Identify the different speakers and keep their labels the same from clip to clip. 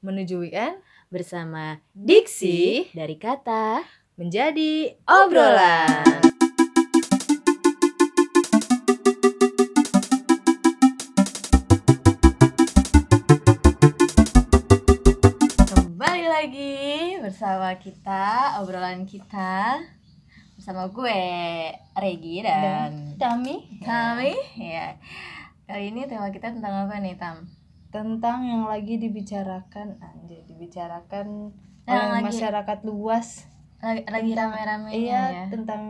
Speaker 1: menuju weekend
Speaker 2: bersama Diksi dari kata
Speaker 1: menjadi
Speaker 2: obrolan.
Speaker 1: Kembali lagi bersama kita obrolan kita
Speaker 2: Bersama gue Regi dan
Speaker 1: Tami
Speaker 2: Tami. Ya. Kali ini tema kita tentang apa nih Tam?
Speaker 1: tentang yang lagi dibicarakan anjay dibicarakan
Speaker 2: Yang
Speaker 1: oleh
Speaker 2: lagi-
Speaker 1: masyarakat luas
Speaker 2: Lagi, lagi rame-rame
Speaker 1: iya
Speaker 2: ya.
Speaker 1: tentang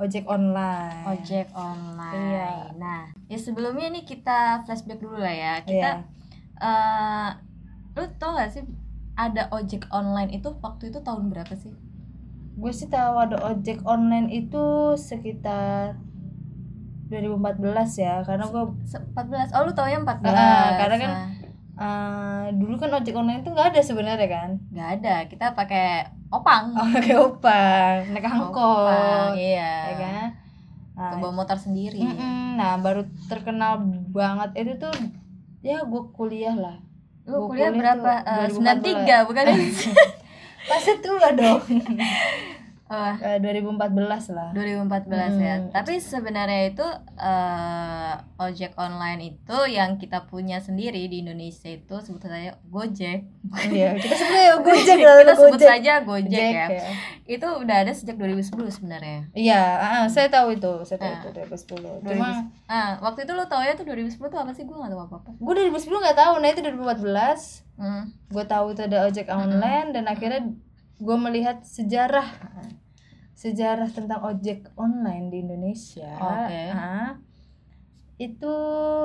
Speaker 1: ojek online
Speaker 2: Ojek online.
Speaker 1: Iya.
Speaker 2: Nah, ya sebelumnya nih kita flashback dulu lah ya. Kita
Speaker 1: Iya.
Speaker 2: eh lu tau gak sih ada ojek online itu waktu itu tahun berapa sih?
Speaker 1: gue sih tahu ada ojek online itu sekitar 2014 ya karena gue
Speaker 2: Se- 14. Oh, lu tau ya 14.
Speaker 1: Ah, karena kan-
Speaker 2: Nah,
Speaker 1: eh, dulu kan ojek online itu nggak ada sebenarnya kan
Speaker 2: nggak ada. Kita pakai opang.
Speaker 1: oh, kayak opang naik
Speaker 2: Opang,
Speaker 1: angkot
Speaker 2: Hmm. Iya.
Speaker 1: ya kan nah,
Speaker 2: Ke bawa motor sendiri.
Speaker 1: mm-mm. nah baru terkenal banget itu tuh ya gue kuliah lah
Speaker 2: Lu
Speaker 1: Gua
Speaker 2: kuliah,
Speaker 1: kuliah
Speaker 2: berapa?
Speaker 1: tuh
Speaker 2: Eh,
Speaker 1: 2014.
Speaker 2: 93 bukan?
Speaker 1: pasti tuh lah dong
Speaker 2: Wah,
Speaker 1: Eh, 2014 lah
Speaker 2: 2014 ya.
Speaker 1: Hmm.
Speaker 2: Tapi sebenarnya itu eh, ojek online itu yang kita punya sendiri di Indonesia itu sebut saja Gojek.
Speaker 1: iya kita sebenarnya gojek lah
Speaker 2: kita sebut
Speaker 1: Gojek.
Speaker 2: saja Gojek,
Speaker 1: Gojek
Speaker 2: ya.
Speaker 1: ya.
Speaker 2: Itu udah ada sejak 2010 sebenarnya.
Speaker 1: Iya, ah, ah, saya tahu itu, saya tahu
Speaker 2: Nah.
Speaker 1: itu 2010.
Speaker 2: 2010.
Speaker 1: Cuma
Speaker 2: Ah, waktu itu lo tau ya tuh 2010 tuh apa sih? Gue gak tau apa-apa.
Speaker 1: gue 2010 nggak tahu, nah itu 2014
Speaker 2: Hmm.
Speaker 1: gue tahu itu ada ojek online dan akhirnya gue melihat sejarah sejarah tentang ojek online di Indonesia.
Speaker 2: Oke.
Speaker 1: Iya. Ah. itu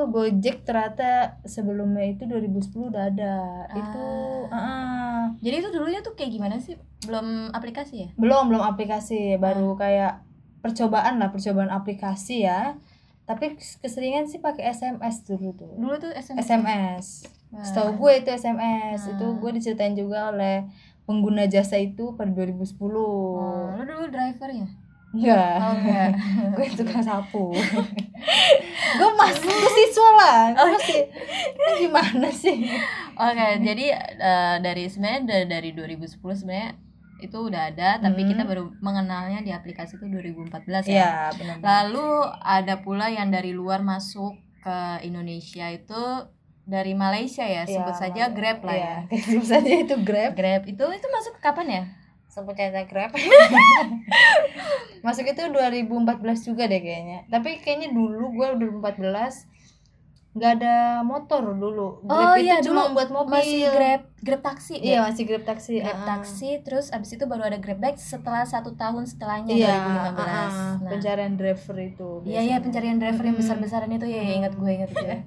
Speaker 1: Gojek ternyata sebelumnya itu 2010 udah ada. Itu
Speaker 2: Ah.
Speaker 1: ah.
Speaker 2: Jadi itu dulunya tuh kayak gimana sih? Belum aplikasi ya?
Speaker 1: belum belum aplikasi
Speaker 2: Ah.
Speaker 1: baru kayak percobaan lah percobaan aplikasi ya tapi keseringan sih pakai SMS dulu tuh
Speaker 2: Dulu kan tuh SMS.
Speaker 1: SMS
Speaker 2: Nah,
Speaker 1: setahu gue itu SMS itu
Speaker 2: Hmm.
Speaker 1: gue diceritain juga oleh pengguna jasa itu pada 2010
Speaker 2: oh, lu dulu driver ya?
Speaker 1: enggak
Speaker 2: Oh, enggak.
Speaker 1: gue tukang sapu gue masih gue siswa lah
Speaker 2: Oh,
Speaker 1: gue masih
Speaker 2: iya.
Speaker 1: ini gimana sih
Speaker 2: Oke, jadi eh, dari sebenarnya da- dari 2010 sebenarnya itu udah ada, tapi
Speaker 1: Hmm.
Speaker 2: kita baru mengenalnya di aplikasi itu 2014
Speaker 1: ya
Speaker 2: ya.
Speaker 1: benar
Speaker 2: Lalu ada pula yang dari luar masuk ke Indonesia itu dari Malaysia
Speaker 1: Iya,
Speaker 2: ya, sebut saja Grab lah ya.
Speaker 1: sebut saja itu Grab
Speaker 2: Grab itu itu masuk kapan ya?
Speaker 1: sebut aja Grab masuk itu 2014 juga deh kayaknya tapi kayaknya dulu gue 2014 nggak ada motor dulu Grab
Speaker 2: Oh,
Speaker 1: itu
Speaker 2: iya,
Speaker 1: cuma
Speaker 2: dulu
Speaker 1: buat mobil
Speaker 2: Masih Grab, Grab taksi.
Speaker 1: iya
Speaker 2: Grab-
Speaker 1: masih Grab taksi
Speaker 2: Grab
Speaker 1: ah.
Speaker 2: taksi, terus abis itu baru ada Grab bike setelah satu tahun setelahnya
Speaker 1: iya ah,
Speaker 2: 2015.
Speaker 1: ah.
Speaker 2: Nah,
Speaker 1: pencarian driver itu
Speaker 2: Iya iya pencarian driver yang
Speaker 1: Mm-mm.
Speaker 2: besar-besaran itu ya, ya ingat gue ingat gue.
Speaker 1: Iya.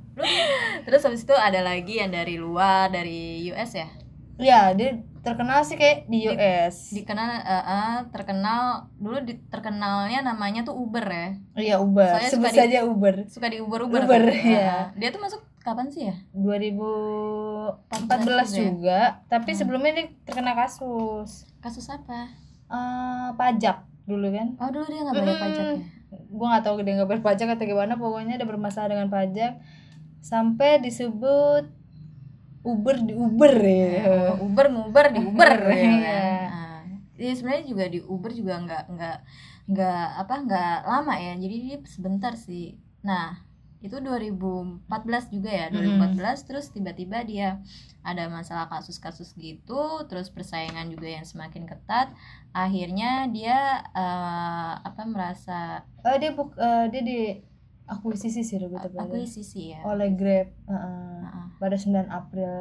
Speaker 2: Terus habis itu ada lagi yang dari luar dari US ya.
Speaker 1: iya dia terkenal sih kayak di US
Speaker 2: Dikenal eh, eh, terkenal dulu di, terkenalnya namanya tuh Uber ya.
Speaker 1: iya Uber
Speaker 2: Soalnya
Speaker 1: sebut
Speaker 2: suka di-
Speaker 1: saja Uber
Speaker 2: Suka di Uber Uber.
Speaker 1: Uber,
Speaker 2: Eh,
Speaker 1: iya.
Speaker 2: Dia tuh masuk kapan sih ya?
Speaker 1: 2014
Speaker 2: juga ya?
Speaker 1: juga tapi
Speaker 2: Hmm.
Speaker 1: sebelumnya dia terkena kasus
Speaker 2: Kasus apa?
Speaker 1: eh pajak dulu kan
Speaker 2: Oh dulu dia nggak bayar
Speaker 1: Mm-mm.
Speaker 2: pajak ya.
Speaker 1: gue nggak tahu dia nggak bayar pajak atau gimana pokoknya ada bermasalah dengan pajak sampai disebut Uber di Uber ya
Speaker 2: Oh, Uber nguber di Uber. ya kan?
Speaker 1: Iya.
Speaker 2: Nah, Iya sebenarnya juga di Uber juga nggak nggak nggak apa nggak lama ya. Jadi dia sebentar sih. Nah itu 2014 juga ya 2014 terus tiba-tiba dia ada masalah kasus-kasus gitu terus persaingan juga yang semakin ketat akhirnya dia eh, apa merasa
Speaker 1: Eh, dia buk, eh, dia di akuisisi sih lebih
Speaker 2: aku
Speaker 1: tepatnya
Speaker 2: sisi ya
Speaker 1: oleh Grab Heeh.
Speaker 2: Heeh.
Speaker 1: pada 9 April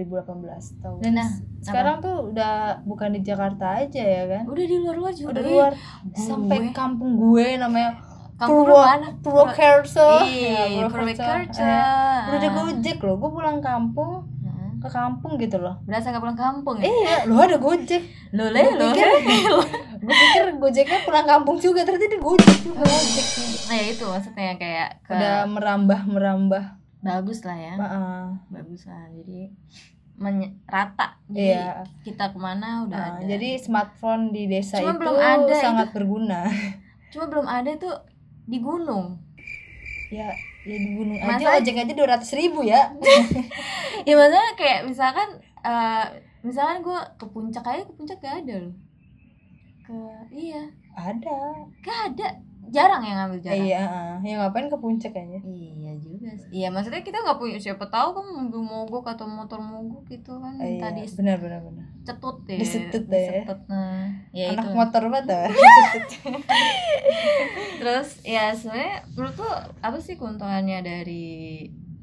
Speaker 1: 2018 tahun
Speaker 2: Nah,
Speaker 1: sekarang tuh udah bukan di Jakarta aja ya kan
Speaker 2: udah di luar-luar juga
Speaker 1: udah
Speaker 2: eh.
Speaker 1: luar
Speaker 2: Gue.
Speaker 1: sampai kampung gue namanya
Speaker 2: kampung
Speaker 1: Purwo-
Speaker 2: mana
Speaker 1: Purwokerto
Speaker 2: Iya,
Speaker 1: Ya,
Speaker 2: Purwokerto.
Speaker 1: Eh, udah ada gojek loh gue pulang kampung
Speaker 2: Heeh.
Speaker 1: ke kampung gitu loh
Speaker 2: Berasa gak pulang kampung ya?
Speaker 1: iya lo ada gojek
Speaker 2: Lo le lo.
Speaker 1: pikir gue pikir gojeknya pulang kampung juga ternyata dia gojek juga gojek
Speaker 2: Nah, ya itu maksudnya kayak ke
Speaker 1: udah merambah merambah
Speaker 2: bagus lah ya.
Speaker 1: Heeh.
Speaker 2: Bagus lah. Jadi menye- rata. Jadi
Speaker 1: iya
Speaker 2: kita kemana udah
Speaker 1: Nah,
Speaker 2: ada.
Speaker 1: jadi smartphone di desa
Speaker 2: Cuma
Speaker 1: itu
Speaker 2: belum ada
Speaker 1: sangat berguna
Speaker 2: cuma belum ada tuh di gunung.
Speaker 1: ya ya di gunung
Speaker 2: Masa-
Speaker 1: aja ojek aja dua ratus ribu ya
Speaker 2: ya maksudnya kayak misalkan eh, misalkan gue ke puncak aja ke puncak gak ada loh ke iya
Speaker 1: ada
Speaker 2: gak ada jarang yang ngambil jarang
Speaker 1: iya heeh. ya ngapain ke puncak aja
Speaker 2: Iya juga sih. Iya maksudnya kita nggak punya siapa tahu kan mobil mogok atau motor mogok gitu kan
Speaker 1: Eh,
Speaker 2: minta
Speaker 1: iya,
Speaker 2: dicetut
Speaker 1: benar benar benar
Speaker 2: ya.
Speaker 1: Disetut deh.
Speaker 2: disetut, nah. Ya
Speaker 1: anak
Speaker 2: itu.
Speaker 1: motor banget ah.
Speaker 2: Terus ya sebenarnya menurut lu apa sih keuntungannya dari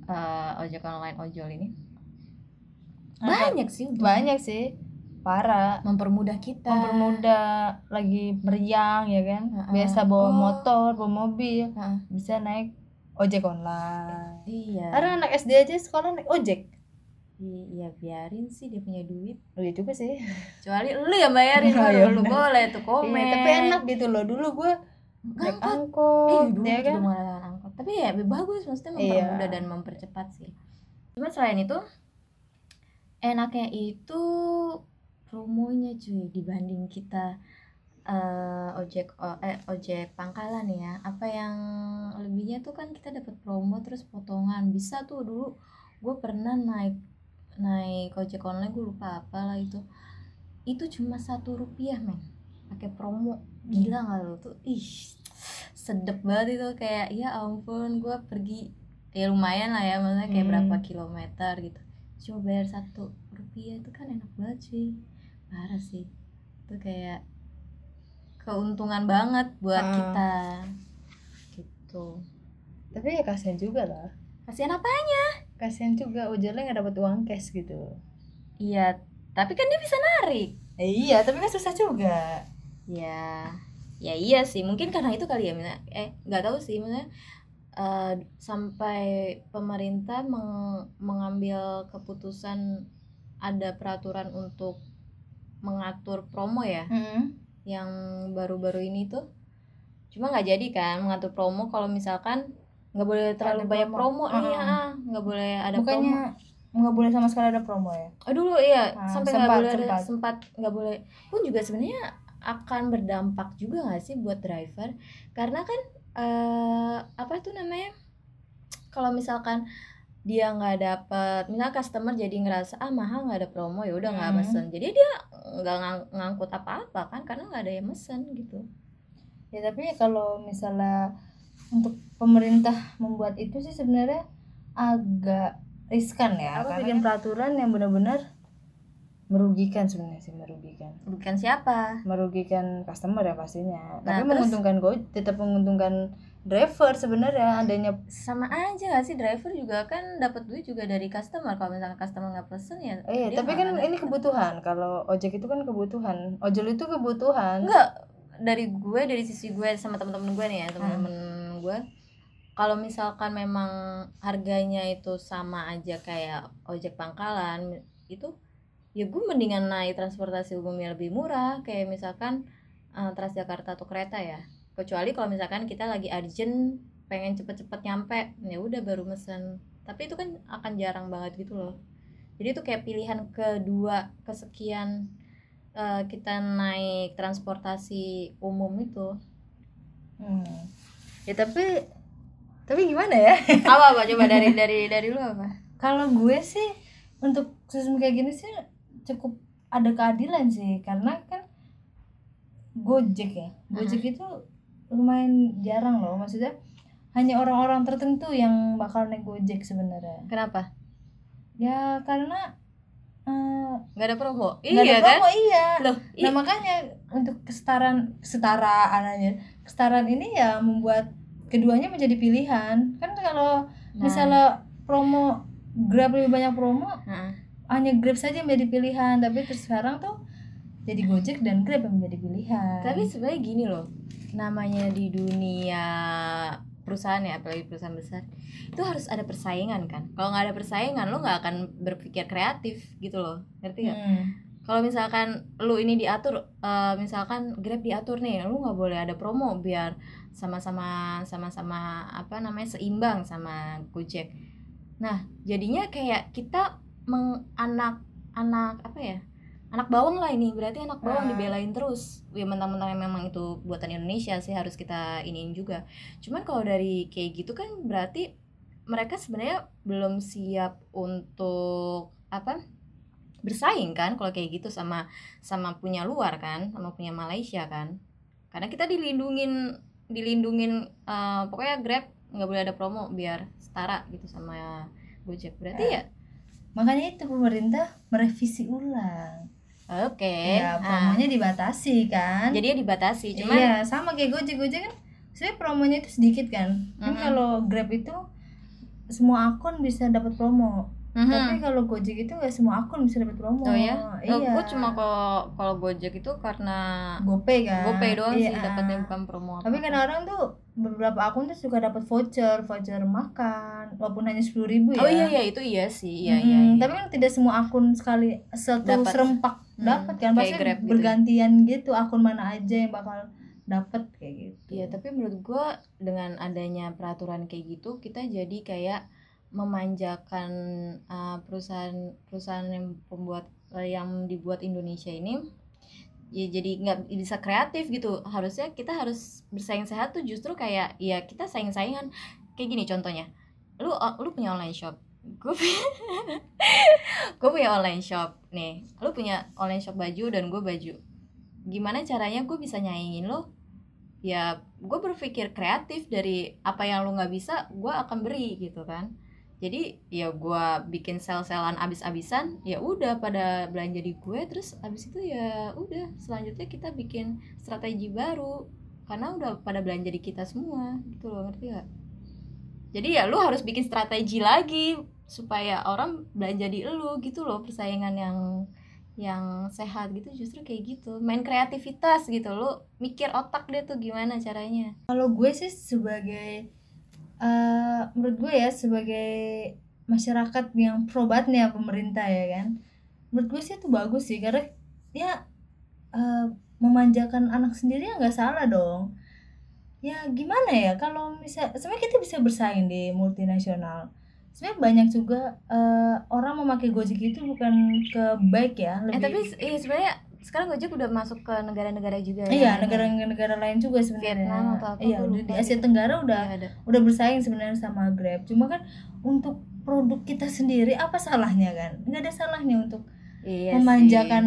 Speaker 2: eh, ojek online ojol ini?
Speaker 1: Apa?
Speaker 2: Banyak sih. untuk
Speaker 1: banyak sih parah
Speaker 2: Mempermudah kita.
Speaker 1: mempermudah lagi meriang ya kan
Speaker 2: Eh. Heeh.
Speaker 1: biasa bawa
Speaker 2: Oh.
Speaker 1: motor bawa mobil
Speaker 2: Heeh.
Speaker 1: bisa naik ojek online
Speaker 2: Iya.
Speaker 1: ada anak SD aja sekolah naik ojek
Speaker 2: I- Iya biarin sih dia punya duit.
Speaker 1: Oh, iya juga sih
Speaker 2: Kecuali lu yang bayarin
Speaker 1: Oh,
Speaker 2: baru
Speaker 1: iya
Speaker 2: lu
Speaker 1: bener.
Speaker 2: boleh tuh komen.
Speaker 1: Iya, tapi enak gitu loh dulu gue naik
Speaker 2: Angkot. Eh,
Speaker 1: angkot
Speaker 2: dulu
Speaker 1: ya
Speaker 2: ya
Speaker 1: kan
Speaker 2: angkot. Tapi ya bagus maksudnya
Speaker 1: Iya.
Speaker 2: mempermudah dan mempercepat sih. Cuma selain itu enaknya itu promonya cuy dibanding kita eh, ojek o- eh, ojek pangkalan ya. Apa yang lebihnya tuh kan kita dapat promo terus potongan. Bisa tuh dulu gue pernah naik naik ojek online gue lupa apa lah itu itu cuma satu rupiah men pakai promo gila nggak lo tuh ih sedep banget itu kayak ya ampun gue pergi ya lumayan lah ya maksudnya kayak
Speaker 1: Hmm.
Speaker 2: berapa kilometer gitu cuma bayar satu rupiah itu kan enak banget cuy parah sih itu kayak keuntungan banget buat
Speaker 1: Ah.
Speaker 2: kita gitu
Speaker 1: tapi ya kasihan juga lah
Speaker 2: kasihan apa
Speaker 1: kasihan juga ojolnya nggak dapat uang cash gitu
Speaker 2: iya tapi kan dia bisa narik
Speaker 1: Eh, iya tapi kan susah juga
Speaker 2: ya ya iya sih mungkin karena itu kali ya Mina. eh nggak tahu sih maksudnya eh, sampai pemerintah meng- mengambil keputusan ada peraturan untuk mengatur promo ya yang baru-baru ini tuh cuma nggak jadi kan mengatur promo kalau misalkan nggak boleh terlalu
Speaker 1: Ada
Speaker 2: banyak
Speaker 1: promo.
Speaker 2: promo, nih
Speaker 1: Ah.
Speaker 2: ah. nggak boleh ada promo
Speaker 1: bukannya nggak boleh sama sekali ada promo ya
Speaker 2: Oh dulu iya
Speaker 1: Ah,
Speaker 2: sampai nggak
Speaker 1: sempat,
Speaker 2: boleh ada
Speaker 1: sempat.
Speaker 2: sempat nggak boleh pun juga sebenarnya akan berdampak juga nggak sih buat driver karena kan eh, apa tuh namanya kalau misalkan dia nggak dapat misal customer jadi ngerasa ah mahal nggak ada promo ya udah nggak
Speaker 1: Hmm.
Speaker 2: mesen jadi dia nggak ngang- ngangkut apa-apa kan karena nggak ada yang mesen gitu
Speaker 1: ya tapi ya kalau misalnya untuk pemerintah membuat itu sih sebenarnya agak riskan ya
Speaker 2: Apa
Speaker 1: karena
Speaker 2: bikin
Speaker 1: kan peraturan yang benar-benar merugikan sebenarnya sih merugikan
Speaker 2: bukan siapa
Speaker 1: merugikan customer ya pastinya tapi
Speaker 2: terus-
Speaker 1: menguntungkan go tetap menguntungkan driver sebenarnya adanya
Speaker 2: sama aja nggak sih driver juga kan dapat duit juga dari customer kalau misalkan customer nggak pesen ya
Speaker 1: eh
Speaker 2: dia
Speaker 1: tapi kan
Speaker 2: nggak akan
Speaker 1: ini
Speaker 2: dapat.
Speaker 1: kebutuhan kalau ojek itu kan kebutuhan ojol itu kebutuhan
Speaker 2: enggak dari gue dari sisi gue sama temen-temen gue nih ya temen-temen gue kalau misalkan memang harganya itu sama aja kayak ojek pangkalan itu ya gue mendingan naik transportasi umum yang lebih murah kayak misalkan eh, Transjakarta atau kereta ya kecuali kalau misalkan kita lagi urgent pengen cepet-cepet nyampe ya udah baru mesen tapi itu kan akan jarang banget gitu loh jadi itu kayak pilihan kedua kesekian eh, kita naik transportasi umum itu
Speaker 1: Hmm. ya tapi tapi gimana ya
Speaker 2: apa apa coba dari dari dari lu apa
Speaker 1: kalau gue sih untuk sistem kayak gini sih cukup ada keadilan sih karena kan gojek ya gojek itu lumayan jarang loh maksudnya hanya orang-orang tertentu yang bakal naik gojek sebenarnya
Speaker 2: kenapa
Speaker 1: ya karena eh,
Speaker 2: nggak ada promo
Speaker 1: nggak ada
Speaker 2: iya kan
Speaker 1: promo, iya
Speaker 2: loh i-
Speaker 1: nah makanya untuk kesetaraan kesetaraan aja kesetaraan ini ya membuat keduanya menjadi pilihan kan kalau
Speaker 2: Nah,
Speaker 1: misalnya promo Grab lebih banyak promo
Speaker 2: heeh.
Speaker 1: hanya Grab saja yang menjadi pilihan tapi terus sekarang tuh jadi Gojek dan Grab yang menjadi pilihan
Speaker 2: tapi sebenarnya gini loh namanya di dunia perusahaan ya apalagi perusahaan besar itu harus ada persaingan kan kalau nggak ada persaingan lo nggak akan berpikir kreatif gitu loh ngerti nggak
Speaker 1: Hmm.
Speaker 2: kalau misalkan lu ini diatur eh, misalkan Grab diatur nih lu nggak boleh ada promo biar sama-sama sama-sama apa namanya seimbang sama Gojek nah jadinya kayak kita meng anak anak apa ya anak bawang lah ini berarti anak bawang
Speaker 1: Ah.
Speaker 2: dibelain terus ya mentang-mentang memang itu buatan Indonesia sih harus kita iniin juga cuman kalau dari kayak gitu kan berarti mereka sebenarnya belum siap untuk apa bersaing kan kalau kayak gitu sama sama punya luar kan sama punya Malaysia kan karena kita dilindungin dilindungin eh, pokoknya Grab nggak boleh ada promo biar setara gitu sama Gojek berarti ya
Speaker 1: makanya itu pemerintah merevisi ulang
Speaker 2: oke
Speaker 1: ya
Speaker 2: nah,
Speaker 1: promonya dibatasi kan
Speaker 2: jadi ya dibatasi cuman
Speaker 1: iya sama kayak gojek gojek kan sebenarnya promonya itu sedikit kan kan
Speaker 2: Mhm.
Speaker 1: kalau grab itu semua akun bisa dapat promo
Speaker 2: Mhm.
Speaker 1: tapi kalau gojek itu nggak semua akun bisa dapat promo
Speaker 2: Oh ya?
Speaker 1: iya
Speaker 2: Oh, gua cuma kalau kalau Gojek itu karena
Speaker 1: gopay kan
Speaker 2: GoPay doang
Speaker 1: Iya,
Speaker 2: sih dapatnya bukan promo.
Speaker 1: tapi kan
Speaker 2: apa-apa.
Speaker 1: kadang-kadang tuh beberapa akun tuh suka dapat voucher voucher makan walaupun hanya sepuluh ribu ya
Speaker 2: Oh iya iya itu iya sih. Iya
Speaker 1: Hmm,
Speaker 2: iya. iya.
Speaker 1: tapi kan tidak semua akun sekali satu
Speaker 2: Dapat.
Speaker 1: serempak
Speaker 2: Hmm,
Speaker 1: dapat kan
Speaker 2: kayak
Speaker 1: pasti
Speaker 2: Grab gitu.
Speaker 1: bergantian gitu. akun mana aja yang bakal dapat kayak gitu
Speaker 2: Iya, tapi menurut gua dengan adanya peraturan kayak gitu kita jadi kayak memanjakan uh, perusahaan perusahaan yang pembuat eh, yang dibuat Indonesia ini ya jadi nggak bisa kreatif gitu harusnya kita harus bersaing sehat tuh justru kayak ya kita saing saingan kayak gini contohnya lu eh, lu punya online shop gue gue punya online shop nih lu punya online shop baju dan gue baju gimana caranya gue bisa nyaingin lo ya gue berpikir kreatif dari apa yang lu nggak bisa gue akan beri gitu kan jadi ya gue bikin sel-selan abis-abisan ya udah pada belanja di gue terus abis itu ya udah selanjutnya kita bikin strategi baru karena udah pada belanja di kita semua gitu loh ngerti gak? jadi ya lu harus bikin strategi lagi supaya orang belanja di lu gitu loh persaingan yang yang sehat gitu justru kayak gitu main kreativitas gitu lu mikir otak deh tuh gimana caranya
Speaker 1: kalau gue sih sebagai eh, menurut gue ya sebagai masyarakat yang probatnya pemerintah ya kan menurut gue sih itu bagus sih karena ya eh, memanjakan anak sendiri ya nggak salah dong ya gimana ya kalau misal sebenarnya kita bisa bersaing di multinasional sebenarnya banyak juga eh, orang memakai gojek itu bukan ke baik ya lebih
Speaker 2: eh tapi se- iya sebenarnya sekarang Gojek udah masuk ke negara-negara juga ya.
Speaker 1: iya negara-negara lain juga sebenarnya
Speaker 2: Vietnam atau apa,
Speaker 1: iya
Speaker 2: gue
Speaker 1: udah di
Speaker 2: lupa
Speaker 1: Asia
Speaker 2: gitu.
Speaker 1: Tenggara udah
Speaker 2: Iya, ada
Speaker 1: udah bersaing sebenarnya sama Grab cuma kan untuk produk kita sendiri apa salahnya kan nggak ada salahnya untuk
Speaker 2: iya
Speaker 1: memanjakan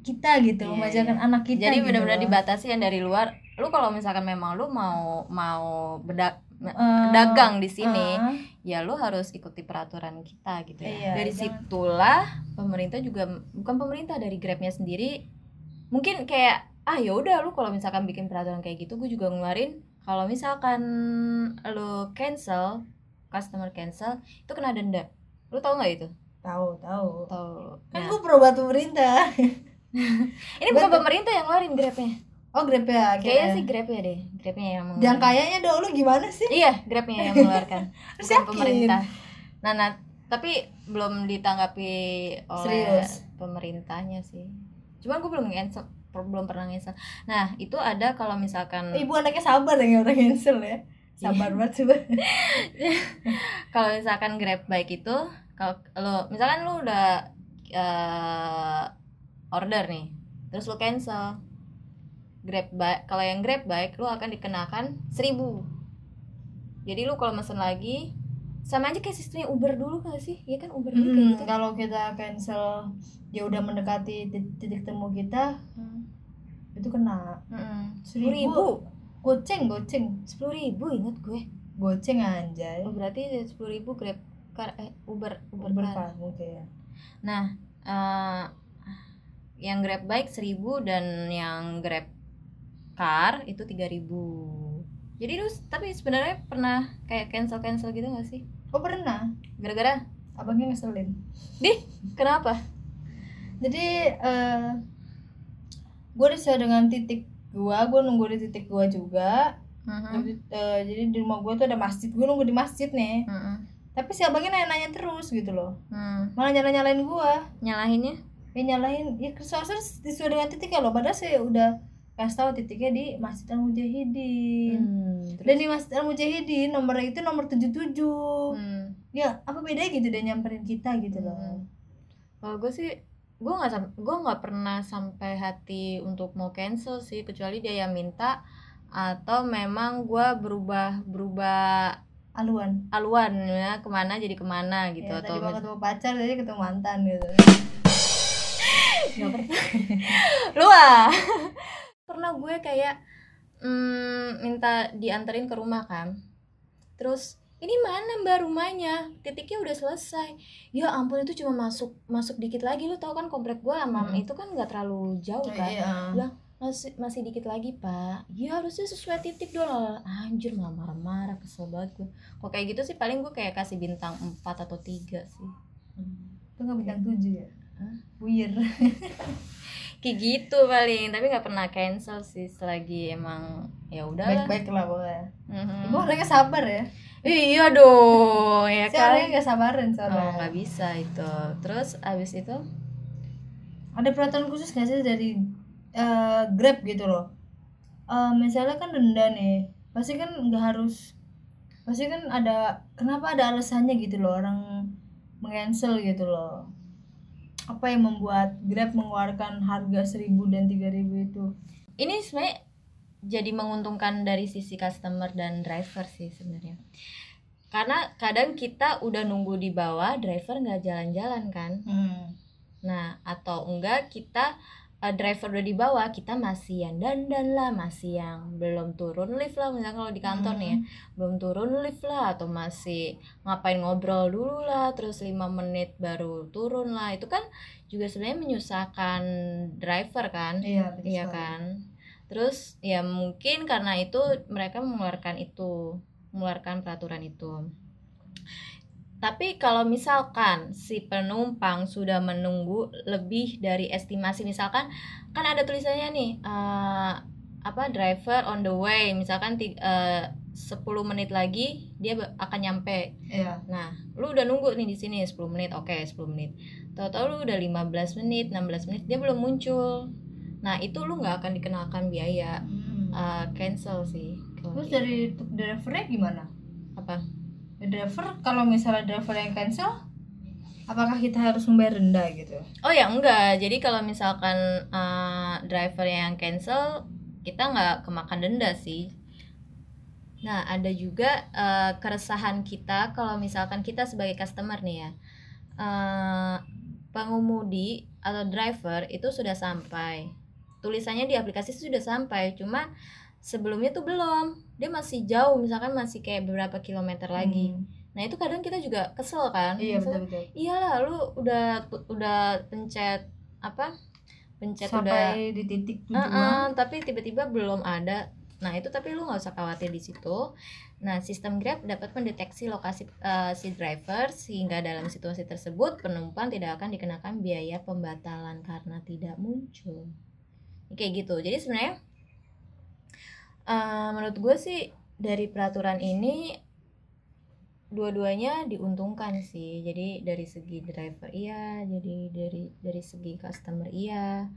Speaker 1: kita gitu
Speaker 2: Iya,
Speaker 1: memanjakan
Speaker 2: iya.
Speaker 1: anak
Speaker 2: sih.
Speaker 1: kita
Speaker 2: jadi
Speaker 1: gitu
Speaker 2: benar-benar
Speaker 1: loh.
Speaker 2: dibatasi yang dari luar lu kalau misalkan memang lu mau mau berda-
Speaker 1: Eh,
Speaker 2: dagang di sini
Speaker 1: ah,
Speaker 2: ya lu harus ikuti peraturan kita gitu ya.
Speaker 1: Iya,
Speaker 2: dari
Speaker 1: jangan-
Speaker 2: situlah pemerintah juga bukan pemerintah dari Grabnya sendiri mungkin kayak ah ya udah lu kalau misalkan bikin peraturan kayak gitu gue juga ngeluarin kalau misalkan lu cancel customer cancel itu kena denda lu tau nggak itu
Speaker 1: tahu tahu
Speaker 2: tau
Speaker 1: kan
Speaker 2: Nah,
Speaker 1: gue perobat pemerintah
Speaker 2: ini bukan
Speaker 1: betul.
Speaker 2: pemerintah yang ngeluarin grabnya
Speaker 1: oh Grab ya Hmm.
Speaker 2: kayaknya sih grabnya deh grabnya yang mengeluarkan.
Speaker 1: yang kayaknya dong lu gimana sih
Speaker 2: iya grabnya yang mengeluarkan
Speaker 1: Terus
Speaker 2: bukan
Speaker 1: yakin?
Speaker 2: pemerintah nah nah tapi belum ditanggapi oleh
Speaker 1: Serius?
Speaker 2: pemerintahnya sih cuman gue belum cancel belum pernah cancel nah itu ada kalau misalkan
Speaker 1: ibu anaknya sabar ya nggak orang cancel ya sabar banget coba
Speaker 2: kalau misalkan grab bike itu kalau lo misalkan lo udah eh, order nih terus lo cancel grab bike kalau yang grab bike lo akan dikenakan seribu jadi lo kalau mesen lagi sama aja kayak sistemnya Uber dulu gak sih? Iya kan Uber dulu kayak
Speaker 1: Mm,
Speaker 2: gitu.
Speaker 1: kalau kita cancel dia udah mendekati tit- titik temu kita
Speaker 2: Hmm.
Speaker 1: itu kena
Speaker 2: Sepuluh ribu,
Speaker 1: goceng goceng
Speaker 2: sepuluh ribu inget gue.
Speaker 1: goceng anjay
Speaker 2: Oh, berarti sepuluh ribu grab car eh Uber Uber, car.
Speaker 1: berkah mungkin
Speaker 2: Nah, eh yang Grab bike 1000 dan yang Grab car itu 3000. Jadi lu tapi sebenarnya pernah kayak cancel-cancel gitu gak sih?
Speaker 1: oh pernah
Speaker 2: Gara-gara
Speaker 1: abangnya ngeselin
Speaker 2: kenapa?
Speaker 1: jadi eh gue sesuai dengan titik gua gue nunggu di titik gua juga
Speaker 2: Heeh.
Speaker 1: jadi, eh, jadi di rumah gua tuh ada masjid gue nunggu di masjid nih
Speaker 2: Heeh.
Speaker 1: tapi si abangnya nanya-nanya terus gitu loh
Speaker 2: Hmm.
Speaker 1: malah nyala-nyalain gua
Speaker 2: Nyalahinnya?
Speaker 1: ya nyalain ya soalnya sesuai dengan titiknya loh padahal saya udah kasih tahu titiknya di Masjid Al Mujahidin
Speaker 2: Hmm.
Speaker 1: dan di Masjid Al Mujahidin nomornya itu nomor 77
Speaker 2: Hmm.
Speaker 1: ya apa bedanya gitu dia nyamperin kita gitu loh
Speaker 2: Hmm. Kalau gue sih gue nggak sam- gue nggak pernah sampai hati untuk mau cancel sih kecuali dia yang minta atau memang gue berubah berubah
Speaker 1: aluan
Speaker 2: aluan ya kemana jadi kemana gitu
Speaker 1: ya,
Speaker 2: atau
Speaker 1: tadi mau
Speaker 2: mis-
Speaker 1: ketemu pacar jadi ketemu mantan gitu
Speaker 2: Gak pernah. Lu ah. pernah gue kayak mm, minta dianterin ke rumah kan. Terus ini mana mbak rumahnya? Titiknya udah selesai. Ya ampun itu cuma masuk masuk dikit lagi lu tau kan komplek gue sama
Speaker 1: Hmm.
Speaker 2: itu kan nggak terlalu jauh kan.
Speaker 1: iya
Speaker 2: Masih masih dikit lagi pak. Ya harusnya sesuai titik dong. Anjir malah marah-marah kesel banget gue. Kok kayak gitu sih paling gue kayak kasih bintang 4 atau tiga sih.
Speaker 1: itu nggak bintang tujuh ya
Speaker 2: Hah?
Speaker 1: weird
Speaker 2: kayak gitu paling tapi nggak pernah cancel sih selagi emang ya
Speaker 1: baik
Speaker 2: udah
Speaker 1: baik lah pokoknya
Speaker 2: Mhm.
Speaker 1: ibu orangnya sabar ya
Speaker 2: iya dong ya
Speaker 1: saya orangnya
Speaker 2: kan
Speaker 1: nggak sabarin
Speaker 2: Oh,
Speaker 1: soalnya
Speaker 2: nggak bisa itu terus abis itu
Speaker 1: ada peraturan khusus nggak sih dari eh, Grab gitu loh Eh, misalnya kan denda nih pasti kan nggak harus pasti kan ada kenapa ada alasannya gitu loh orang meng-cancel gitu loh apa yang membuat Grab mengeluarkan harga 1000 dan 3000 itu
Speaker 2: ini sebenarnya jadi menguntungkan dari sisi customer dan driver sih sebenarnya karena kadang kita udah nunggu di bawah driver nggak jalan-jalan kan Nah, atau enggak kita eh, driver udah di bawah, kita masih yang dandan lah, masih yang belum turun lift lah, misalnya kalau di kantor nih ya, belum turun lift lah atau masih ngapain ngobrol dulu lah, terus lima menit baru turun lah. Itu kan juga sebenarnya menyusahkan driver kan?
Speaker 1: iya betul
Speaker 2: Iya
Speaker 1: sekali.
Speaker 2: kan? Terus ya mungkin karena itu mereka mengeluarkan itu, mengeluarkan peraturan itu. Tapi kalau misalkan si penumpang sudah menunggu lebih dari estimasi misalkan kan ada tulisannya nih eh, apa driver on the way misalkan ti- eh, 10 menit lagi dia ba- akan nyampe
Speaker 1: iya
Speaker 2: Nah, lu udah nunggu nih di sini 10 menit. Oke, 10 menit. Tahu-tahu lu udah 15 menit, 16 menit dia belum muncul. Nah, itu lu nggak akan dikenakan biaya Eh, cancel sih. Kalau
Speaker 1: terus
Speaker 2: gitu.
Speaker 1: dari untuk drivernya gimana
Speaker 2: apa?
Speaker 1: Ya, driver kalau misalnya driver yang cancel apakah kita harus membayar denda gitu
Speaker 2: Oh ya enggak. Jadi kalau misalkan eh, driver yang cancel, kita nggak kemakan denda sih. Nah, ada juga eh, keresahan kita kalau misalkan kita sebagai customer nih ya. Eh, pengemudi atau driver itu sudah sampai. Tulisannya di aplikasi sudah sampai, cuma sebelumnya tuh belum. Dia masih jauh, misalkan masih kayak beberapa kilometer lagi.
Speaker 1: Hmm.
Speaker 2: Nah, itu kadang kita juga kesel kan.
Speaker 1: iya
Speaker 2: Maksudnya,
Speaker 1: betul betul
Speaker 2: iyalah lu udah udah pencet apa pencet udah
Speaker 1: sampai di titik tujuan
Speaker 2: Heeh, tapi tiba-tiba belum ada nah itu tapi lu nggak usah khawatir di situ nah sistem grab dapat mendeteksi lokasi eh, si driver sehingga dalam situasi tersebut penumpang tidak akan dikenakan biaya pembatalan karena tidak muncul kayak gitu jadi sebenarnya eh, menurut gue sih dari peraturan ini dua-duanya diuntungkan sih jadi dari segi driver iya jadi dari dari segi customer iya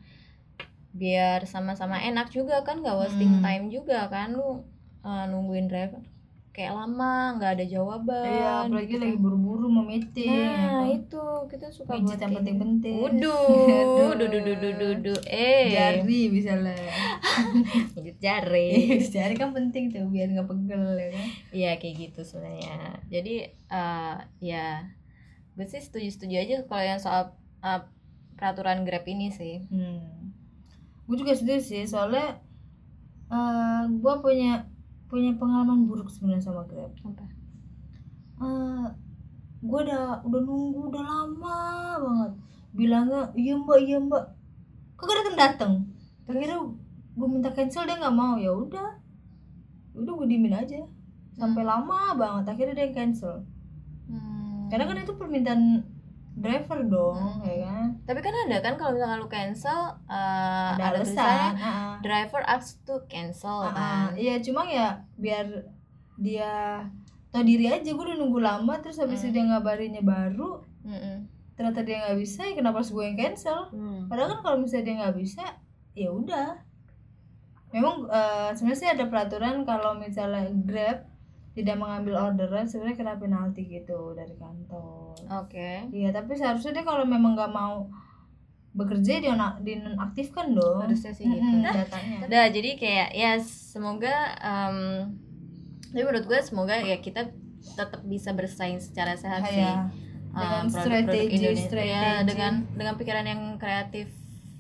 Speaker 2: biar sama-sama enak juga kan gak wasting
Speaker 1: Hmm.
Speaker 2: time juga kan lu eh, nungguin driver kayak lama nggak ada jawaban
Speaker 1: iya apalagi
Speaker 2: gitu.
Speaker 1: lagi buru-buru mau meeting
Speaker 2: nah
Speaker 1: ya kan?
Speaker 2: itu kita suka
Speaker 1: Gadget yang
Speaker 2: kayak gitu.
Speaker 1: penting-penting.
Speaker 2: Waduh,
Speaker 1: Aduh.
Speaker 2: duh, duh, duh, duh, duh, duh. eh,
Speaker 1: jari bisa lah
Speaker 2: Gigit jari.
Speaker 1: jari kan penting tuh biar nggak pegel ya kan
Speaker 2: Iya kayak gitu sebenarnya. Jadi eh ya gue sih setuju-setuju aja kalau yang soal eh, peraturan Grab ini sih.
Speaker 1: hmm. gue juga setuju sih soalnya eh gue punya punya pengalaman buruk sebenarnya sama Grab
Speaker 2: Apa?
Speaker 1: gue Eh, udah udah nunggu udah lama banget bilangnya iya mbak iya mbak kagak datang datang akhirnya gue minta cancel dia nggak mau ya udah Ya udah gue diemin aja sampai lama banget akhirnya dia yang cancel karena kan itu permintaan driver dong ya kan
Speaker 2: Tapi kan ada kan kalau misalkan lu cancel eh
Speaker 1: ada,
Speaker 2: ada, tulisannya
Speaker 1: alasan ah, ah.
Speaker 2: driver asked to cancel
Speaker 1: Ah, ah.
Speaker 2: kan.
Speaker 1: iya cuma ya biar dia tau diri aja gue udah nunggu lama terus habis itu dia ngabarinnya baru
Speaker 2: Mm-mm.
Speaker 1: ternyata dia nggak bisa ya kenapa harus gue yang cancel padahal kan kalau misalnya dia nggak bisa ya udah memang eh, sebenarnya sih ada peraturan kalau misalnya grab tidak mengambil orderan sebenarnya kena penalti gitu dari kantor
Speaker 2: Oke.
Speaker 1: iya tapi seharusnya dia kalau memang nggak mau bekerja dia na- dinonaktifkan dong
Speaker 2: Harusnya sih gitu.
Speaker 1: Oh. Mm-mm, datanya
Speaker 2: Udah jadi kayak ya semoga em tapi menurut gue semoga ya kita tetap bisa bersaing secara sehat sih
Speaker 1: kayak
Speaker 2: eh,
Speaker 1: Dengan
Speaker 2: produk-produk
Speaker 1: strategi-
Speaker 2: Indonesia Ya,
Speaker 1: strategi.
Speaker 2: dengan dengan pikiran yang kreatif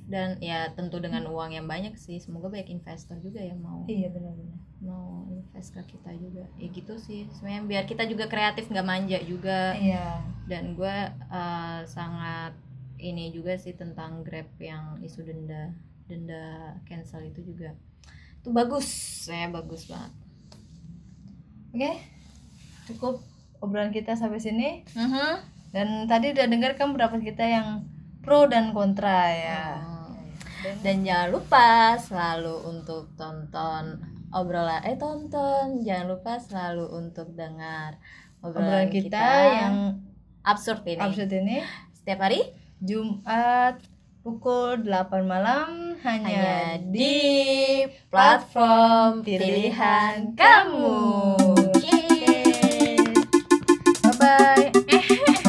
Speaker 2: dan ya tentu dengan uang yang banyak sih semoga banyak investor juga yang mau
Speaker 1: iya benar-benar
Speaker 2: mau invest ke kita juga ya gitu sih sebenarnya biar kita juga kreatif nggak manja juga
Speaker 1: iya
Speaker 2: dan gue eh, sangat ini juga sih tentang grab yang isu denda denda cancel itu juga itu bagus saya bagus banget
Speaker 1: oke cukup obrolan kita sampai sini
Speaker 2: Mhm.
Speaker 1: dan tadi udah dengar kan pendapat kita yang pro dan kontra ya
Speaker 2: Hmm. dan jangan lupa selalu untuk tonton obrolan eh tonton jangan lupa selalu untuk dengar
Speaker 1: obrolan
Speaker 2: Oh, obrolan,
Speaker 1: kita, yang
Speaker 2: absurd ini
Speaker 1: absurd ini
Speaker 2: setiap hari
Speaker 1: Jumat pukul 8 malam hanya,
Speaker 2: hanya
Speaker 1: di
Speaker 2: di platform pilihan kamu.
Speaker 1: Yeay. Bye bye.